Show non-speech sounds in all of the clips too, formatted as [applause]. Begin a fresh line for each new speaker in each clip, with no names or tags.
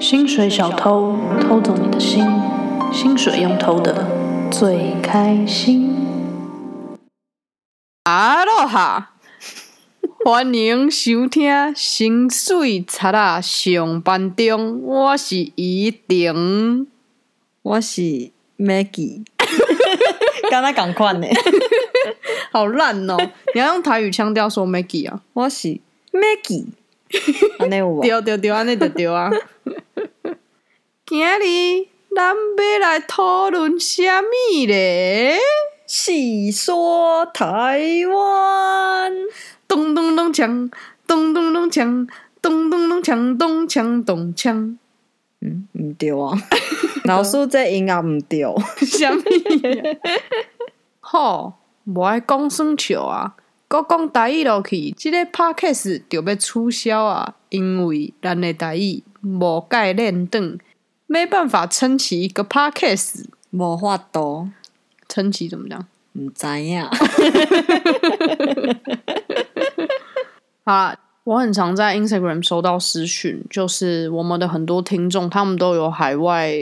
薪水小偷偷走你的心，薪水用偷的最开心。
哈喽哈，欢迎收听《薪水贼啊上班中》，我是怡婷。
我是 Maggie，刚才共款呢。
好烂哦！ [laughs] 你要用台语腔调说 Maggie 啊？
我是 Maggie，安尼有无？
对对对，安尼就对啊。 [laughs] 今日咱要来讨论虾米咧？
细说台湾，
咚咚咚锵，咚咚咚锵，咚咚咚锵，咚锵咚锵，
嗯，毋对 [laughs] 啊。老师这音乐毋对，
虾米啊？吼，无爱讲算笑啊！搁讲台语落去，即、个 podcast 就要取消啊，因为咱的台语无解练转，没办法撑起一个 podcast。
无法度，
撑起怎么讲？
毋知啊影。
好啦，我很常在 Instagram 收到私讯，就是我们的很多听众，他们都有海外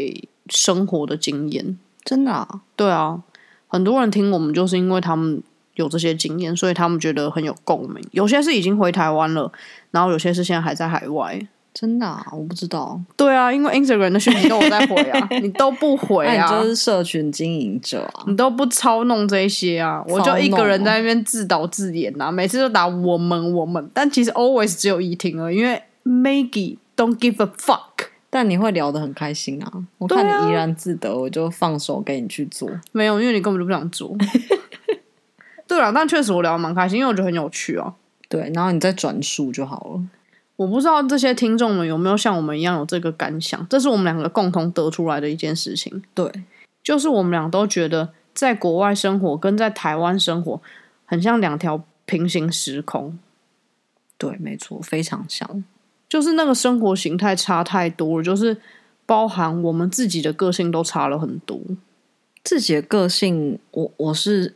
生活的经验。
真的啊，
对啊，很多人听我们就是因为他们有这些经验，所以他们觉得很有共鸣。有些是已经回台湾了，然后有些是现在还在海外。
真的啊，我不知道。
对啊，因为 Instagram 的讯息都我在回啊，你都不回
[laughs] 那
啊，
哎你就是社群经营者啊。
你都不操弄这些啊，我就一个人
操弄哦
在那边自导自演啊，每次都打我们我们，但其实 always 只有一婷而已，因为 Maggie don't give a fuck，
但你会聊得很开心啊！我看你怡然自得，我就放手给你去做。
没有，因为你根本就不想做。 [laughs] 对啊，但确实我聊得蛮开心，因为我觉得很有趣啊。
对，然后你再转述就好了。
我不知道这些听众们有没有像我们一样有这个感想，这是我们两个共同得出来的一件事情，
对，
就是我们俩都觉得在国外生活跟在台湾生活很像两条平行时空，
对，没错，非常像。
就是那个生活形态差太多了，就是包含我们自己的个性都差了很多。
自己的个性，我我是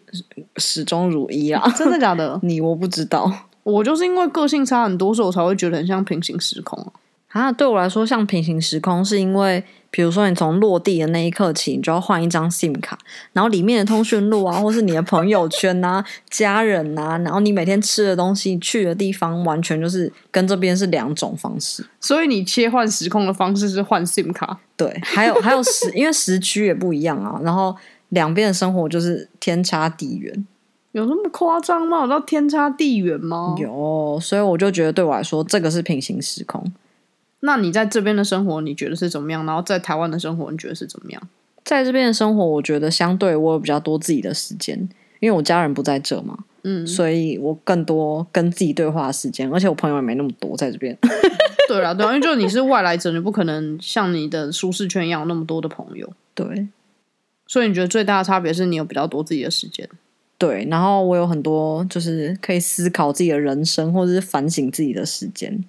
始终如一啊。 [laughs]
真的假的？
你我不知道
我就是因为个性差很多，所以我才会觉得很像平行时空啊。
啊。对我来说，像平行时空，是因为比如说你从落地的那一刻起，你就要换一张 SIM 卡，然后里面的通讯录啊，或 [laughs] 是你的朋友圈啊、 [laughs] 家人啊，然后你每天吃的东西、去的地方，完全就是跟这边是两种方式。
所以你切换时空的方式是换 SIM 卡，
对，还有还有时， [laughs] 因为时区也不一样啊，然后两边的生活就是天差地远。
有那么夸张吗？有到天差地远吗？
有，所以我就觉得对我来说，这个是平行时空。
那你在这边的生活你觉得是怎么样？然后在台湾的生活你觉得是怎么样？
在这边的生活，我觉得相对我有比较多自己的时间，因为我家人不在这嘛，
嗯，
所以我更多跟自己对话的时间，而且我朋友也没那么多在这边。 [laughs]
对啊啦，对啦，因为就你是外来者，你不可能像你的舒适圈一样有那么多的朋友，
对
所以你觉得最大的差别是你有比较多自己的时间。
对，然后我有很多就是可以思考自己的人生，或者是反省自己的时间。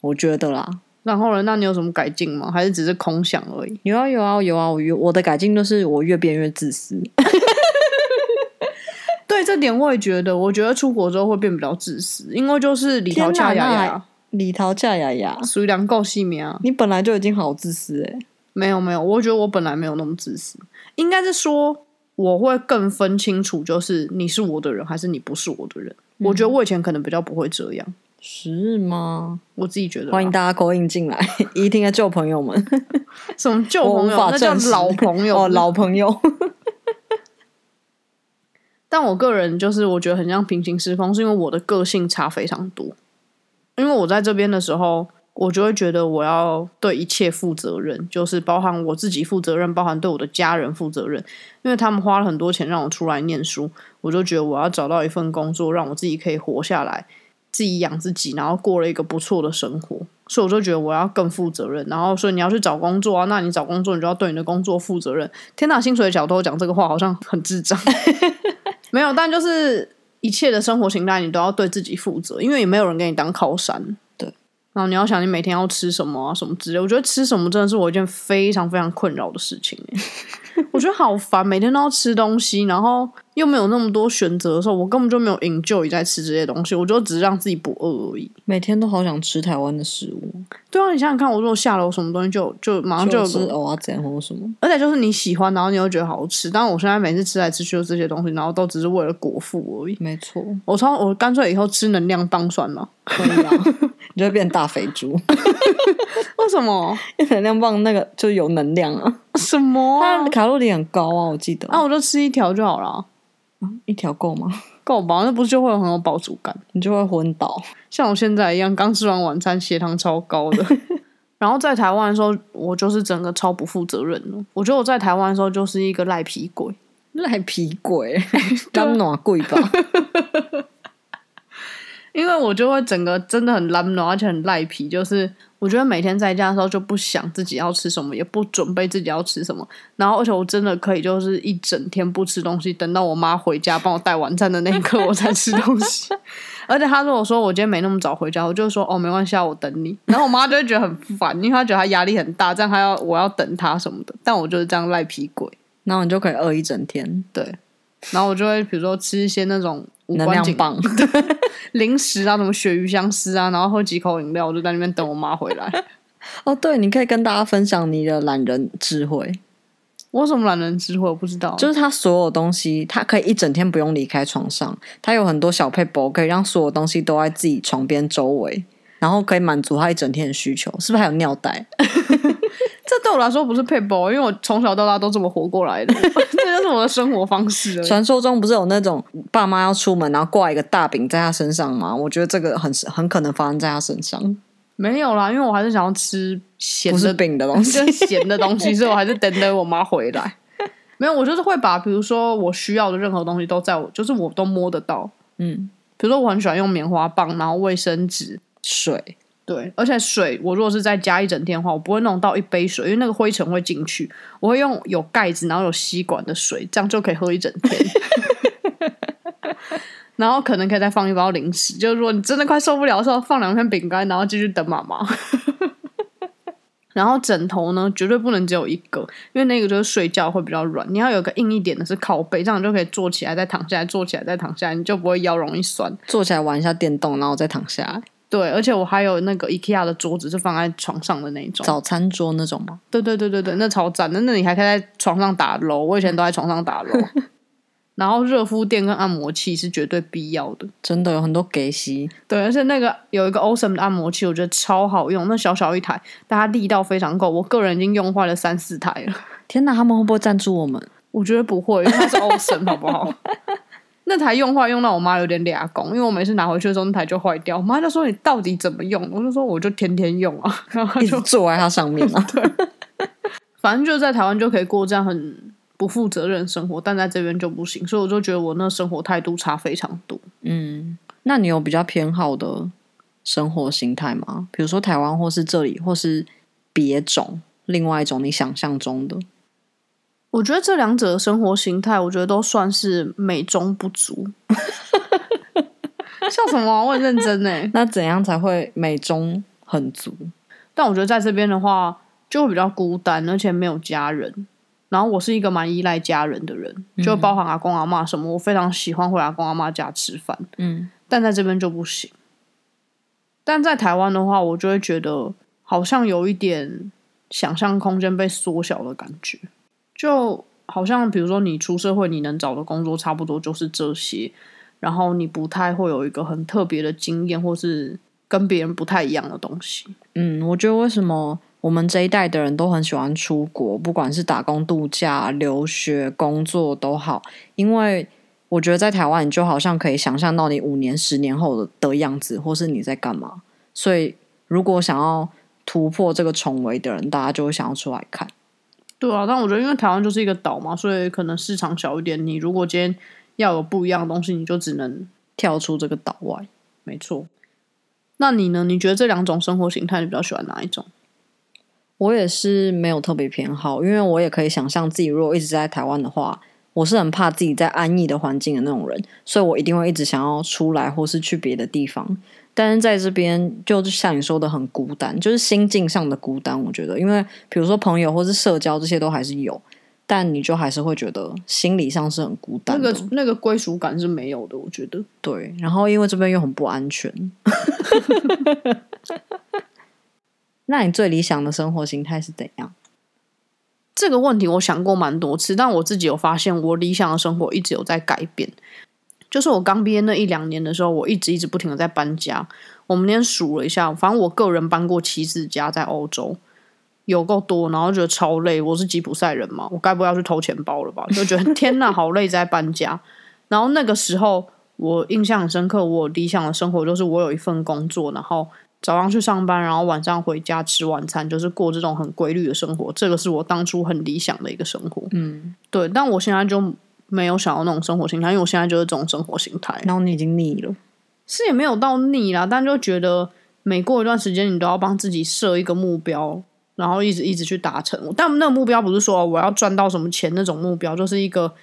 我觉得啦，
然后呢？那你有什么改进吗？还是只是空想而已？
有啊有啊有啊，我越我的改进就是我越变越自私。
对这点我也觉得，我觉得出国之后会变比较自私，因为就是里头恰雅
天哪
雅
李桃嫁雅雅，
属于两够细面啊。
你本来就已经好自私哎、
没有没有，我觉得我本来没有那么自私，应该是说我会更分清楚，就是你是我的人还是你不是我的人。我
嗯
觉得我以前可能比较不会这样，
是吗？
我自己觉得啦。
欢迎大家勾引进来，一定的旧朋友们。
什么旧
[laughs] 我
朋
无
友，
法
那叫
证实
老朋友
哦，。老朋友，
但我个人就是我觉得很像平行时空，是因为我的个性差非常多。因为我在这边的时候，我就会觉得我要对一切负责任，就是包含我自己负责任，包含对我的家人负责任。因为他们花了很多钱让我出来念书，我就觉得我要找到一份工作，让我自己可以活下来，自己养自己，然后过了一个不错的生活。所以我就觉得我要更负责任。然后，所以你要去找工作啊，那你找工作你就要对你的工作负责任。天哪，薪水小偷讲这个话好像很智障。没有，但就是一切的生活形态，你都要对自己负责，因为也没有人给你当靠山。
对，
然后你要想你每天要吃什么啊，什么之类。我觉得吃什么真的是我一件非常非常困扰的事情欸。我觉得好烦，每天都要吃东西，然后又没有那么多选择的时候，我根本就没有 enjoy 在吃这些东西，我就只是让自己不饿而已。
[laughs] 每天都好想吃台湾的食物，
对啊，你想想看，我如果下楼什么东西就就马上就有
吃
个，
蚵仔煎或什么。
而且就是你喜欢，然后你又觉得好吃。但我现在每次吃来吃去就这些东西，然后都只是为了果腹而已。
没错，
我超我干脆以后吃能量棒算了。
可以 [laughs] 啊，你就会变大肥 [laughs] 猪。
为什么？
能量棒那个就有能量啊，
什么啊、
它的卡路里很高啊，我记得。
那、我就吃一条就好了，
一条够吗？
够吧？那不是就会有很有饱足感？
你就会昏倒。
像我现在一样，刚吃完晚餐，血糖超高 [laughs] 的。然后在台湾的时候，我就是整个超不负责任的。我觉得我在台湾的时候就是一个赖皮鬼，
赖皮鬼， [laughs] 当暖贵吧？
因为我就会整个真的很懒惰，而且很赖皮。就是我觉得每天在家的时候就不想自己要吃什么，也不准备自己要吃什么。然后而且我真的可以就是一整天不吃东西，等到我妈回家帮我带晚餐的那一刻我才吃东西。 [laughs] 而且她如果说我今天没那么早回家，我就说哦没关系，啊，我等你。然后我妈就会觉得很烦，因为她觉得她压力很大，这样她要我要等她什么的。但我就是这样赖皮鬼，
然后你就可以饿一整天，
对。然后我就会比如说吃一些那种无
能
关
量
紧
[laughs] 棒。
零食啊，什么鳕鱼香丝啊，然后喝几口饮料，我就在那边等我妈回
[laughs]
来。
哦，对，你可以跟大家分享你的懒人智慧，
我有什么懒人智慧？我不知道。
就是他所有东西，他可以一整天不用离开床上，他有很多小配包，可以让所有东西都在自己床边周围，然后可以满足他一整天的需求，是不是还有尿袋？
这对我来说不是配包，因为我从小到大都这么活过来
[laughs]
的，这就是我的生活方式而已。
传说中不是有那种爸妈要出门，然后挂一个大饼在他身上吗？我觉得这个很很可能发生在他身上，
没有啦，因为我还是想要吃咸
不是
的，
饼的东西。
[laughs] 就是咸的东西，所以我还是等等我妈回
[laughs]
来。没有，我就是会把，比如说我需要的任何东西都在我，就是我都摸得到。
嗯，
比如说我很喜欢用棉花棒，然后卫生纸，
水
对，而且水，我如果是在家一整天的话，我不会弄到一杯水，因为那个灰尘会进去。我会用有盖子，然后有吸管的水，这样就可以喝一整天。 [laughs] 然后可能可以再放一包零食，就是如果你真的快受不了的时候，放两片饼干，然后继续等妈妈。 [laughs] 然后枕头呢，绝对不能只有一个，因为那个就是睡觉会比较软，你要有个硬一点的是靠背，这样你就可以坐起来再躺下来，坐起来再躺下来，你就不会腰容易酸。
坐起来玩一下电动，然后再躺下来。
对，而且我还有那个 IKEA 的桌子是放在床上的那一种。
早餐桌那种吗？
对对对对对，那超赞的。那你还可以在床上打楼，我以前都在床上打楼。然后热敷垫跟按摩器是绝对必要的。
真的有很多给息，
对，而且那个有一个 Awesome 的按摩器，我觉得超好用，那小小一台，但它力道非常够。我个人已经用坏了三四台了，
天哪，他们会不会赞助我们？
我觉得不会，因为它是 Awesome，好不好？ [laughs] 那台用坏用到我妈有点俩工，因为我每次拿回去的时候那台就坏掉，我妈就说你到底怎么用？我就说我就天天用啊，然后她
一
就
直坐在它上面啊？
反正就在台湾就可以过这样很不负责任的生活，但在这边就不行，所以我就觉得我那生活态度差非常多。
嗯，那你有比较偏好的生活形态吗？比如说台湾，或是这里，或是别种，另外一种你想象中的。
我觉得这两者的生活形态，我觉得都算是美中不足。 [laughs] 笑什么啊、我很认真哎。
那怎样才会美中很足？
但我觉得在这边的话，就会比较孤单，而且没有家人。然后我是一个蛮依赖家人的人，就包含阿公阿妈什么，我非常喜欢回阿公阿妈家吃饭。
嗯，
但在这边就不行。但在台湾的话，我就会觉得好像有一点想象空间被缩小的感觉，就好像比如说你出社会，你能找的工作差不多就是这些，然后你不太会有一个很特别的经验，或是跟别人不太一样的东西。
嗯，我觉得为什么我们这一代的人都很喜欢出国，不管是打工度假、留学、工作都好，因为我觉得在台湾，你就好像可以想象到你五年、十年后的的样子，或是你在干嘛。所以，如果想要突破这个重围的人，大家就会想要出来看。
对啊，但我觉得因为台湾就是一个岛嘛，所以可能市场小一点。你如果今天要有不一样的东西，你就只能
跳出这个岛外，
没错。那你呢？你觉得这两种生活形态，你比较喜欢哪一种？
我也是没有特别偏好，因为我也可以想象自己如果一直在台湾的话，我是很怕自己在安逸的环境的那种人，所以我一定会一直想要出来或是去别的地方。但是在这边，就是像你说的，很孤单，就是心境上的孤单。我觉得，因为比如说朋友或是社交这些都还是有，但你就还是会觉得心理上是很孤
那
单的。
个那个归属感是没有的，我觉得。
对，然后因为这边又很不
[laughs]
安全。那你最理想的生活形态是怎样？
这个问题我想过蛮多次，但我自己有发现，我理想的生活一直有在改变。就是我刚毕业那一两年的时候，我一直一直不停的在搬家。我们那天数了一下，反正我个人搬过七次家，在欧洲有够多，然后觉得超累。我是吉普赛人嘛，我该不会要去偷钱包了吧？就觉得 [laughs] 天呐，好累，在搬家。然后那个时候我印象很深刻，我理想的生活就是我有一份工作，然后早上去上班，然后晚上回家吃晚餐，就是过这种很规律的生活。这个是我当初很理想的一个生活。
嗯，
对，但我现在就没有想要那种生活形态，因为我现在就是这种生活形态，
然后你已经腻了，
是也没有到腻啦，但就觉得每过一段时间，你都要帮自己设一个目标，然后一直一直去达成。但那个目标不是说我要赚到什么钱那种目标，就是一个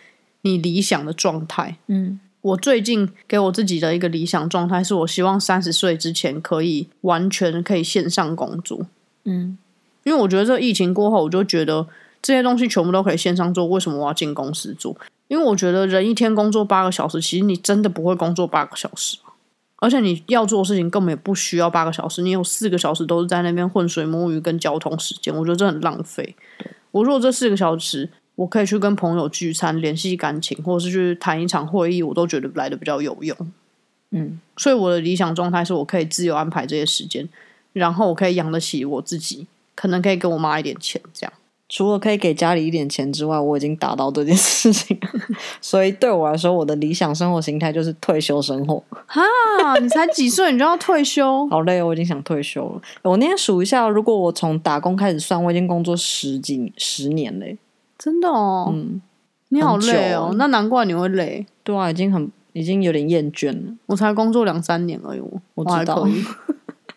你理想的状态。
嗯，
我最近给我自己的一个理想状态是，我希望三十岁之前可以完全可以线上工作。
嗯，
因为我觉得这疫情过后，我就觉得这些东西全部都可以线上做，为什么我要进公司做？因为我觉得人一天工作八个小时，其实你真的不会工作八个小时啊，而且你要做的事情根本也不需要八个小时，你有四个小时都是在那边浑水摸鱼跟交通时间，我觉得这很浪费。我如果这四个小时，我可以去跟朋友聚餐、联系感情，或者是去谈一场会议，我都觉得来的比较有用。
嗯，
所以我的理想状态是我可以自由安排这些时间，然后我可以养得起我自己，可能可以给我妈一点钱，这样。
除了可以给家里一点钱之外，我已经达到这件事情了， [laughs] 所以对我来说，我的理想生活形态就是退休生活。
啊，你才几岁你就要退 [laughs] 休？
好累哦，我已经想退休了。我那天数一下，如果我从打工开始算，我已经工作十几十年嘞。
真的哦，
嗯，
你好累
很
哦
久，
那难怪你会累。
对啊，已经很已经有点厌倦了。
我才工作两三年而已，我
我
还
知道
可以。 [laughs]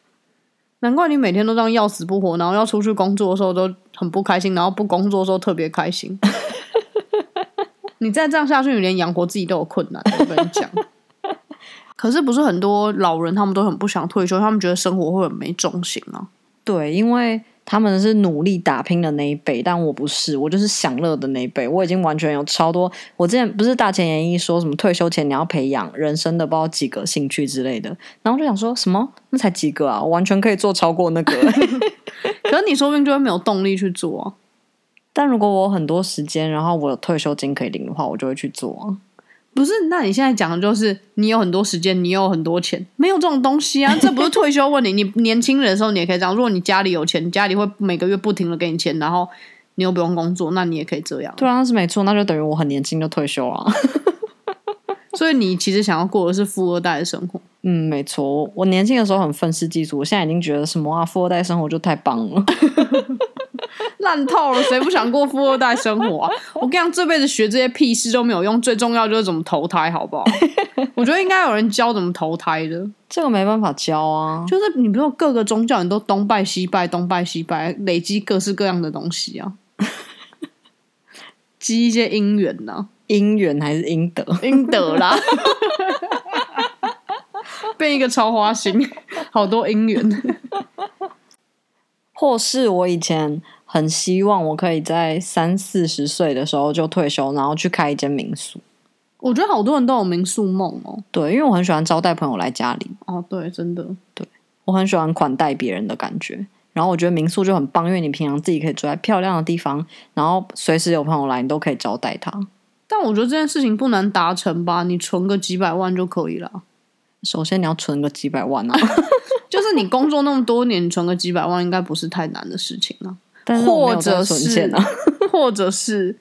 难怪你每天都这样要死不活，然后要出去工作的时候都很不开心，然后不工作的时候特别开心。 [laughs] 你再这样下去，你连养活自己都有困难。我跟你讲， [laughs] 可是不是很多老人他们都很不想退休，他们觉得生活会很没重心啊。
对，因为他们是努力打拼的那一辈，但我不是，我就是享乐的那一辈。我已经完全有超多，我之前不是大前研一说什么退休前你要培养人生的不知道几个兴趣之类的，然后我就想说什么那才几个啊，我完全可以做超过那个、 [laughs]
可是你说不定就会没有动力去做、啊。
但如果我有很多时间，然后我有退休金可以领的话，我就会去做啊。
不是，那你现在讲的就是你有很多时间，你有很多钱，没有这种东西啊！ [laughs] 这不是退休问题。你年轻人的时候你也可以这样，如果你家里有钱，你家里会每个月不停的给你钱，然后你又不用工作，那你也可以这样。
对啊，那是没错，那就等于我很年轻就退休啊。
[laughs]
[laughs]
所以你其实想要过的是富二代的生活。
嗯，没错，我我年轻的时候很愤世嫉俗，我现在已经觉得什么啊，富二代生活就太棒了。 [laughs]
烂透了，谁不想过富二代生活啊？我跟你讲，这辈子学这些屁事都没有用，最重要就是怎么投胎，好 [laughs] 不好？我觉得应该有人教怎么投胎的，
这个没办法教啊，
就是你不用各个宗教你都东拜西拜，东拜西拜，累积各式各样的东西啊，积一些因缘呐、
因缘还是因德。
因德啦， [laughs] 变一个超花心，好多因缘。 [laughs]
或是我以前很希望我可以在三四十岁的时候就退休，然后去开一间民宿。
我觉得好多人都有民宿梦哦。
对，因为我很喜欢招待朋友来家里，
哦，对，真的，
我很喜欢款待别人的感觉。然后我觉得民宿就很棒，因为你平常自己可以住在漂亮的地方，然后随时有朋友来，你都可以招待他。
但我觉得这件事情不难达成吧，你存个几百万就可以了。啊
首先你要存个几百万啊，
就是你工作那么多年，你存个几百万应该不是太难的事情啊。
[laughs] 但是我没
或
有在
者
存
是
钱啊。 [laughs]
[laughs] 或者是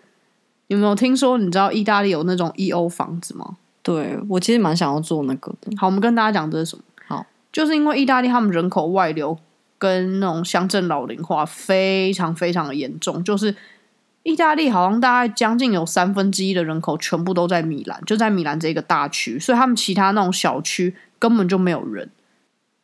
有没有听说？你知道意大利有那种 E O 房子吗？
对我其实蛮想要做那个的，
好，我们跟大家讲这是什么？
好，
就是因为意大利他们人口外流跟那种乡镇老龄化非常非常的严重，就是意大利好像大概将近有三分之一的人口全部都在米兰，就在米兰这个大区，所以他们其他那种小区根本就没有人。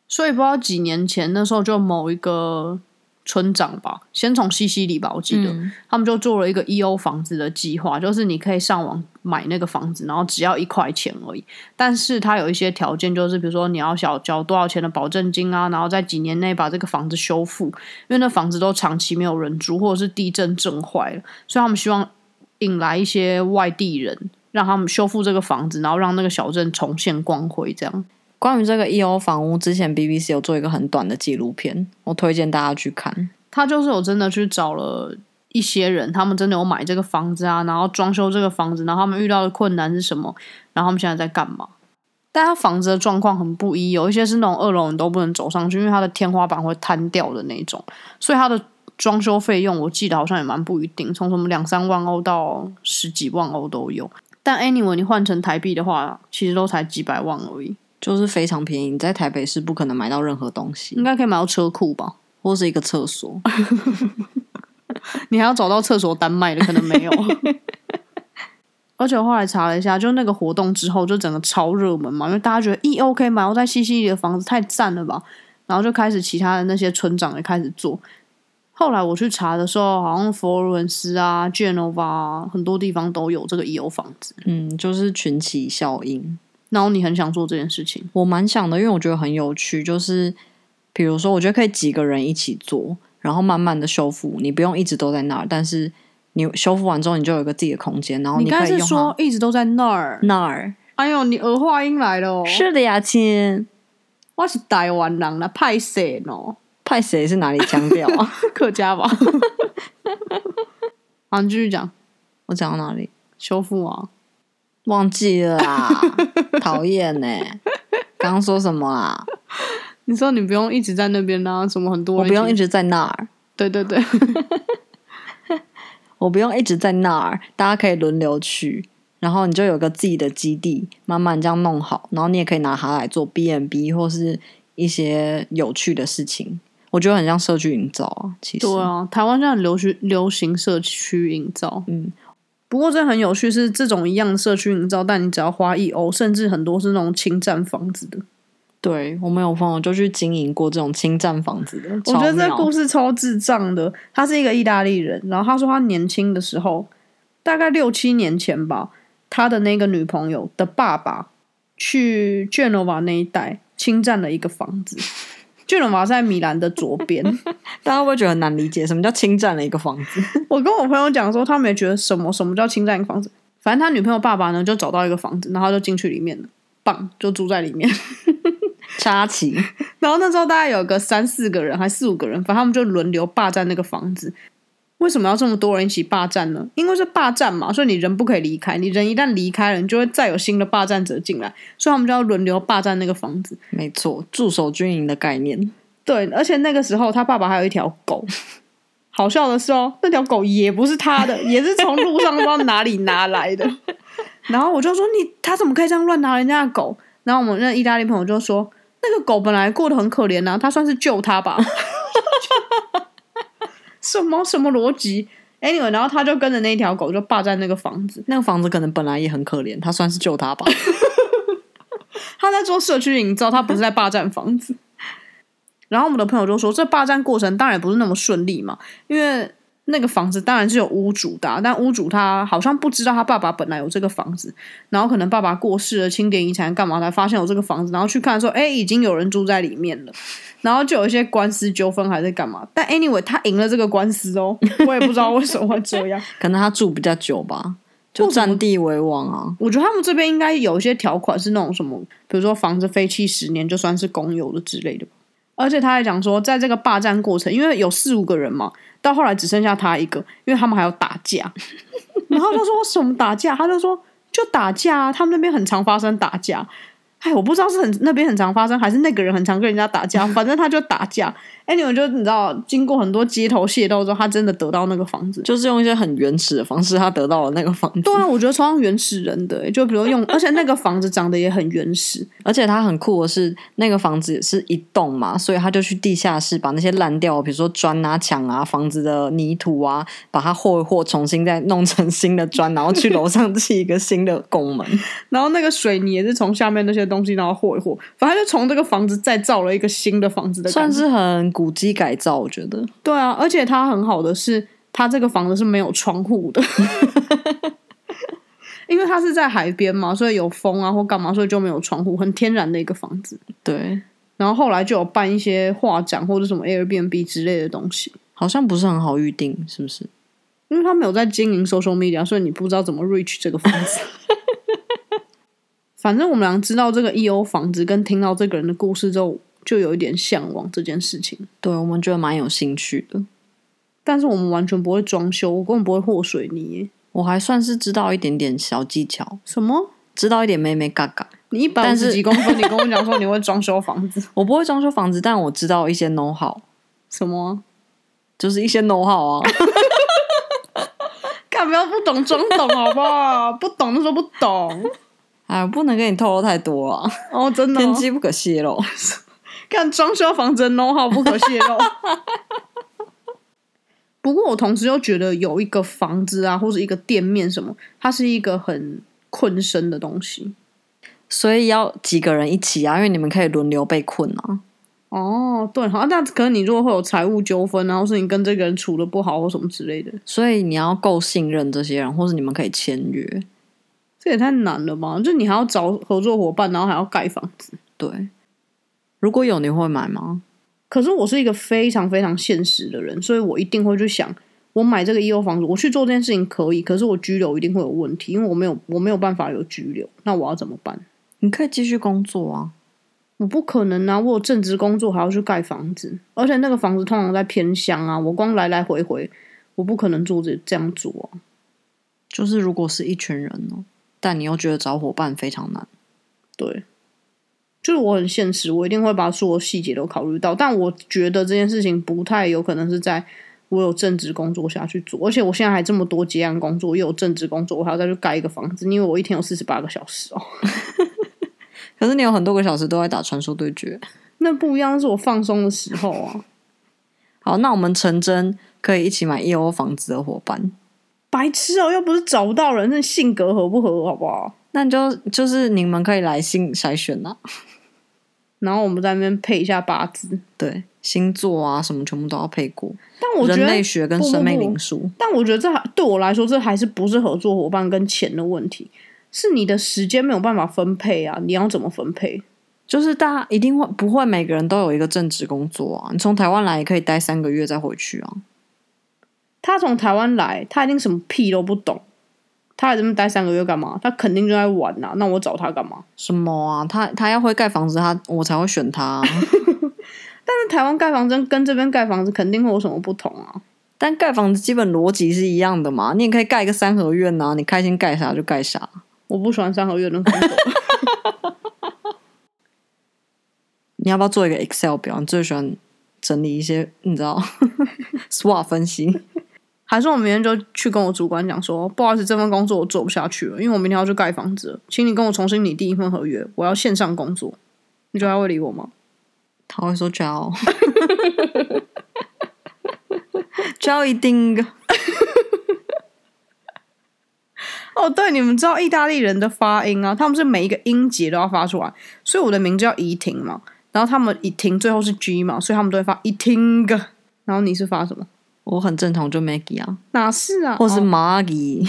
所以不知道几年前那时候就某一个村长吧，先从西西里吧，我记得、他们就做了一个 E O 房子的计划，就是你可以上网买那个房子，然后只要一块钱而已。但是它有一些条件，就是比如说你要小交多少钱的保证金啊，然后在几年内把这个房子修复，因为那房子都长期没有人住，或者是地震震坏了，所以他们希望引来一些外地人，让他们修复这个房子，然后让那个小镇重现光辉。这样，
关于这个 E.O. 房屋，之前 BBC 有做一个很短的纪录片，我推荐大家去看。
他就是有真的去找了一些人，他们真的有买这个房子啊，然后装修这个房子，然后他们遇到的困难是什么，然后他们现在在干嘛。但他房子的状况很不一，有一些是那种二楼你都不能走上去，因为它的天花板会坍掉的那种，所以它的装修费用我记得好像也蛮不一定，从什么两三万欧到十几万欧都有。但 anyway，你换成台币的话，其实都才几百万而已，
就是非常便宜，你在台北是不可能买到任何东西
应，该可以买到车库吧？
或是一个厕所。
你还要找到厕所单卖的，可能 [laughs] 没有。而且我后来查了一下，就那个活动之后，就整个超热门嘛，因为大家觉得 E O K 买到在西西里的房子太赞了吧，然后就开始其他的那些村长也开始做。后来我去查的时候，好像佛罗伦斯啊、Genova 啊，很多地方都有这个 E O 房子。
嗯，就是群起效应。
然后你很想做这件事情，
我蛮想的，因为我觉得很有趣。就是比如说，我觉得可以几个人一起做，然后慢慢的修复，你不用一直都在那儿，但是你修复完之后，你就有一个自己的空间，然后
你刚
可
才
以用
是
它
说一直都在那儿？
那儿。
哎呦，你儿化音来了哦！
是的呀，亲，
我是台湾人啦，哦派谁喏？
派谁是哪里腔调啊？ [laughs]
客家吧？ [laughs] 好，你继续讲。
我讲到哪里？
修复啊，
忘记了啦，讨厌呢。刚刚说什么啊啦？
你说你不用一直在那边啊，什么很多
我
人
不用一
直，
直在那儿，
对对 [laughs] 对，
我不用一直在那儿，大家可以轮流去，然后你就有个自己的基地，慢慢这样弄好，然后你也可以拿它来做 B N B 或是一些有趣的事情。我觉得很像社区营造啊，其实
对啊，台湾现在很流行流行社区营造，
嗯，
不过这很有趣，是这种一样的社区营造，但你只要花一欧，甚至很多是那种侵占房子的，
对我们有朋友就去经营过这种侵占房子的，
我觉得
超
这
妙
故事超智障的。他是一个意大利人，然后他说他年轻的时候，大概六七年前吧，他的那个女朋友的爸爸去 Genova 那一带侵占了一个房子。Genova 在米兰的左边， [laughs]
大家会不会觉得很难理解什么叫侵占了一个房子？ [laughs]
我跟我朋友讲说，他们也觉得什么什么叫侵占一个房子。反正他女朋友爸爸呢，就找到一个房子，然后就进去里面了，棒，就住在里面。
插旗，
然后那时候大概有个三四个人，还四五个人，反正他们就轮流霸占那个房子。为什么要这么多人一起霸占呢？因为是霸占嘛，所以你人不可以离开。你人一旦离开了，你就会再有新的霸占者进来，所以他们就要轮流霸占那个房子。
没错，驻守军营的概念。
对，而且那个时候他爸爸还有一条狗。好笑的是哦，那条狗也不是他的，也是从路上不知道哪里拿来的。然后我就说你他怎么可以这样乱拿人家的狗？然后我们那意大利朋友就说那个狗本来过得很可怜呐、他算是救他吧。 [laughs] 什么什么逻辑？Anyway，然后他就跟着那条狗就霸占那个房子。
那个房子可能本来也很可怜，他算是救他吧。
他在做社区营造，他不是在霸占房子。 [laughs] 然后我们的朋友就说，这霸占过程当然也不是那么顺利嘛，因为那个房子当然是有屋主的啊、但屋主他好像不知道他爸爸本来有这个房子，然后可能爸爸过世了，清点遗产干嘛才发现有这个房子，然后去看说，哎，已经有人住在里面了， [laughs] 然后就有一些官司纠纷还是干嘛，但 anyway 他赢了这个官司哦，我也不知道为什么会这样，
可能他住比较久吧，就占地为王啊。
我觉得他们这边应该有一些条款是那种什么，比如说房子废弃十年就算是公有的之类的吧。而且他还讲说，在这个霸占过程，因为有四五个人嘛，到后来只剩下他一个，因为他们还要打架。 [laughs] 然后就说什么打架，他就说就打架、啊，他们那边很常发生打架。哎，我不知道是很那边很常发生，还是那个人很常跟人家打架，反正他就打架。哎，你们就你知道，经过很多街头械斗之后，他真的得到那个房子，
就是用一些很原始的方式，他得到了那个房子， [laughs]
对啊，我觉得超像原始人的欸、就比如用，而且那个房子长得也很原始，
而且他很酷的是，那个房子是一栋嘛，所以他就去地下室把那些烂掉的，比如说砖啊、墙啊、房子的泥土啊，把它和一和，重新再弄成新的砖，然后去楼上砌一个新的拱门。
然后那个水泥也是从下面那些东西然后和一和，反正就从这个房子再造了一个新的房子的感
算
觉。
是很古迹改造，我觉得
对啊，而且它很好的是，它这个房子是没有窗户的， [laughs] 因为它是在海边嘛，所以有风啊或干嘛，所以就没有窗户，很天然的一个房子。
对，
然后后来就有办一些画展或者什么 Airbnb 之类的东西，
好像不是很好预定，是不是？
因为他没有在经营 social media，所以你不知道怎么 reach 这个房子。反正我们俩知道这个一欧房子，跟听到这个人的故事之后，就有一点向往这件事情。
对我们觉得蛮有兴趣的。
但是我们完全不会装修，我根本不会和水泥耶。
我还算是知道一点点小技巧，
什么？
知道一点妹妹嘎嘎。
你一百五
但
十
是
几公分，你跟我讲说你会装修房子？
我不会装修房子，但我知道一些 know how，
什么啊？
就是一些 know how 啊。
干不要不懂装懂好不好？不懂就说不懂
[laughs] 哎，我不能跟你透露太多啊，
哦，真的、
天
哦。
机不可泄露。
看装修房真 no 好不可哦泄露。 [laughs] 不过我同时又觉得有一个房子啊，或者一个店面什么，它是一个很困身的东西。
所以要几个人一起啊，因为你们可以轮流被困啊。
哦，对，好，那可能你如果会有财务纠纷，然后是你跟这个人处的不好或什么之类的，
所以你要够信任这些人，或是你们可以签约。
这也太难了吧？就你还要找合作伙伴，然后还要盖房子。
对，如果有你会买吗？
可是我是一个非常非常现实的人，所以我一定会去想，我买这个一楼房子，我去做这件事情可以，可是我居留一定会有问题，因为我没有我没有办法有居留，那我要怎么办？
你可以继续工作啊。
我不可能啊！我有正职工作，还要去盖房子，而且那个房子通常在偏乡啊，我光来来回回，我不可能做这这样做啊！
就是如果是一群人哦，但你又觉得找伙伴非常难，
对，就是我很现实，我一定会把所有细节都考虑到，但我觉得这件事情不太有可能是在我有正职工作下去做，而且我现在还这么多接案工作，又有正职工作，我还要再去盖一个房子，因为我一天有四十八个小时哦， [laughs]
可是你有很多个小时都在打传说对决。
那不一样，那是我放松的时候啊！
好，那我们成真可以一起买一楼房子的伙伴，
白痴哦，又不是找不到人，那性格合不合，好不好？
那你就就是你们可以来信筛选啊，
然后我们在那边配一下八字。
对，星座啊什么全部都要配过，
但我觉
人
得
类学跟
不不
生命
不
灵数。
但我觉得这还对我来说，这还是不是合作伙伴跟钱的问题，是你的时间没有办法分配啊！你要怎么分配？
就是大家一定会不会每个人都有一个正职工作啊？你从台湾来也可以待三个月再回去啊。
他从台湾来，他一定什么屁都不懂，他来这边待三个月干嘛？他肯定就在玩呐、那我找他干嘛？
什么啊？他他要会盖房子，他我才会选他
[laughs]
啊、
但是台湾盖房子跟这边盖房子肯定会有什么不同啊？
但盖房子基本逻辑是一样的嘛，你也可以盖一个三合院呐、你开心盖啥就盖啥。
我不喜欢三合院的风格， [laughs]
你要不要做一个 Excel 表？你最喜欢整理一些，你知道 [laughs] SWOT 分析？
还是我明天就去跟我主管讲说，不好意思，这份工作我做不下去了，因为我明天要去盖房子了，请你跟我重新拟定一份合约，我要线上工作。你觉得他会理我吗？
他会说
[laughs]
Joe。Joe 一定
哦，对，你们知道意大利人的发音啊，他们是每一个音节都要发出来，所以我的名字叫怡婷嘛，然后他们怡婷最后是 G 嘛，所以他们都会发怡婷个，然后你是发什么？
我很正常，就 Maggie 啊。
哪是啊？
或是
哦
Maggie，、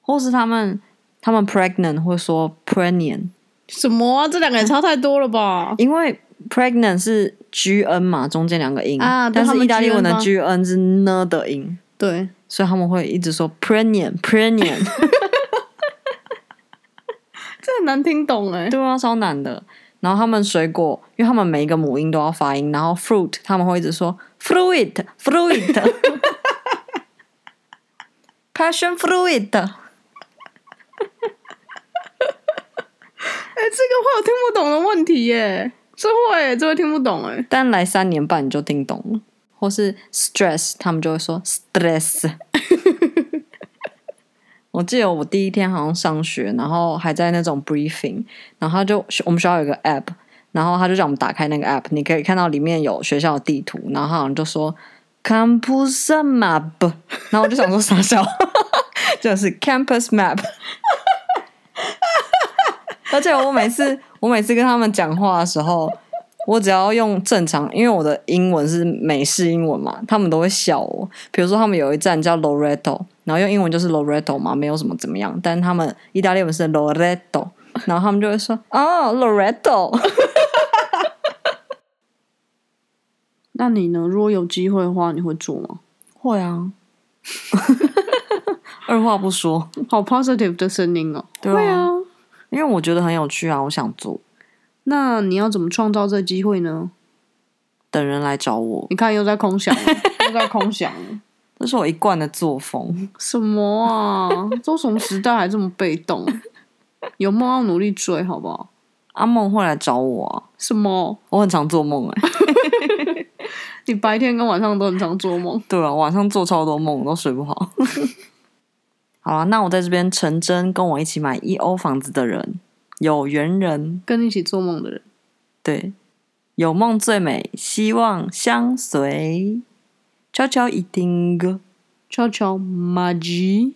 或是他们他们 pregnant 会说 pregnant，
什么啊？这两个也差太多了吧？
因为 pregnant 是 g n 嘛，中间两个音
啊对
但
他
是
们
意大利文的
GN
g n 是呢的音，
对，
所以他们会一直说 pregnant
[laughs]
pregnant，
这很难听懂哎、
对啊，超难的。然后他们水果，因为他们每一个母音都要发音，然后 fruit 他们会一直说 fruit fruit
[laughs]
passion fruit。
哎、这个会有听不懂的问题耶、这会、这会听不懂哎、
但来三年半你就听懂了，或是 stress，他们就会说 stress。我记得我第一天好像上学，然后还在那种 briefing，然后他就我们学校有个 app，然后他就让我们打开那个 app，你可以看到里面有学校的地图，然后他好像就说 campus map，然 [laughs] 后我就想说傻笑， [laughs] 就是 campus map。而且我每次我每次跟他们讲话的时候，我只要用正常，因为我的英文是美式英文嘛，他们都会笑我。比如说，他们有一站叫 Loreto，然后用英文就是 Loreto 嘛，没有什么怎么样，但他们意大利文是 Loreto，然后他们就会说哦 Loreto， [laughs]
那你呢？如果有机会的话，你会做吗？
会啊，二话不说，
好 positive 的声音哦。
对
会啊，
因为我觉得很有趣啊，我想做，
那你要怎么创造这机会呢？
等人来找我，
你看又在空想了，又在空想了。
这是我一贯的作风。
什么啊？都什么时代还这么被动？有梦要努力追，好不好？
阿梦会来找我啊，
什么？
我很常做梦哎、
你白天跟晚上都很常做梦，
对啊，晚上做超多梦，都睡不好。 [laughs] 好了，那我在这边成真，跟我一起买一欧房子的人，有缘人，
跟你一起做梦的人，
对，有梦最美，希望相随，悄悄一定歌。
悄悄 m a g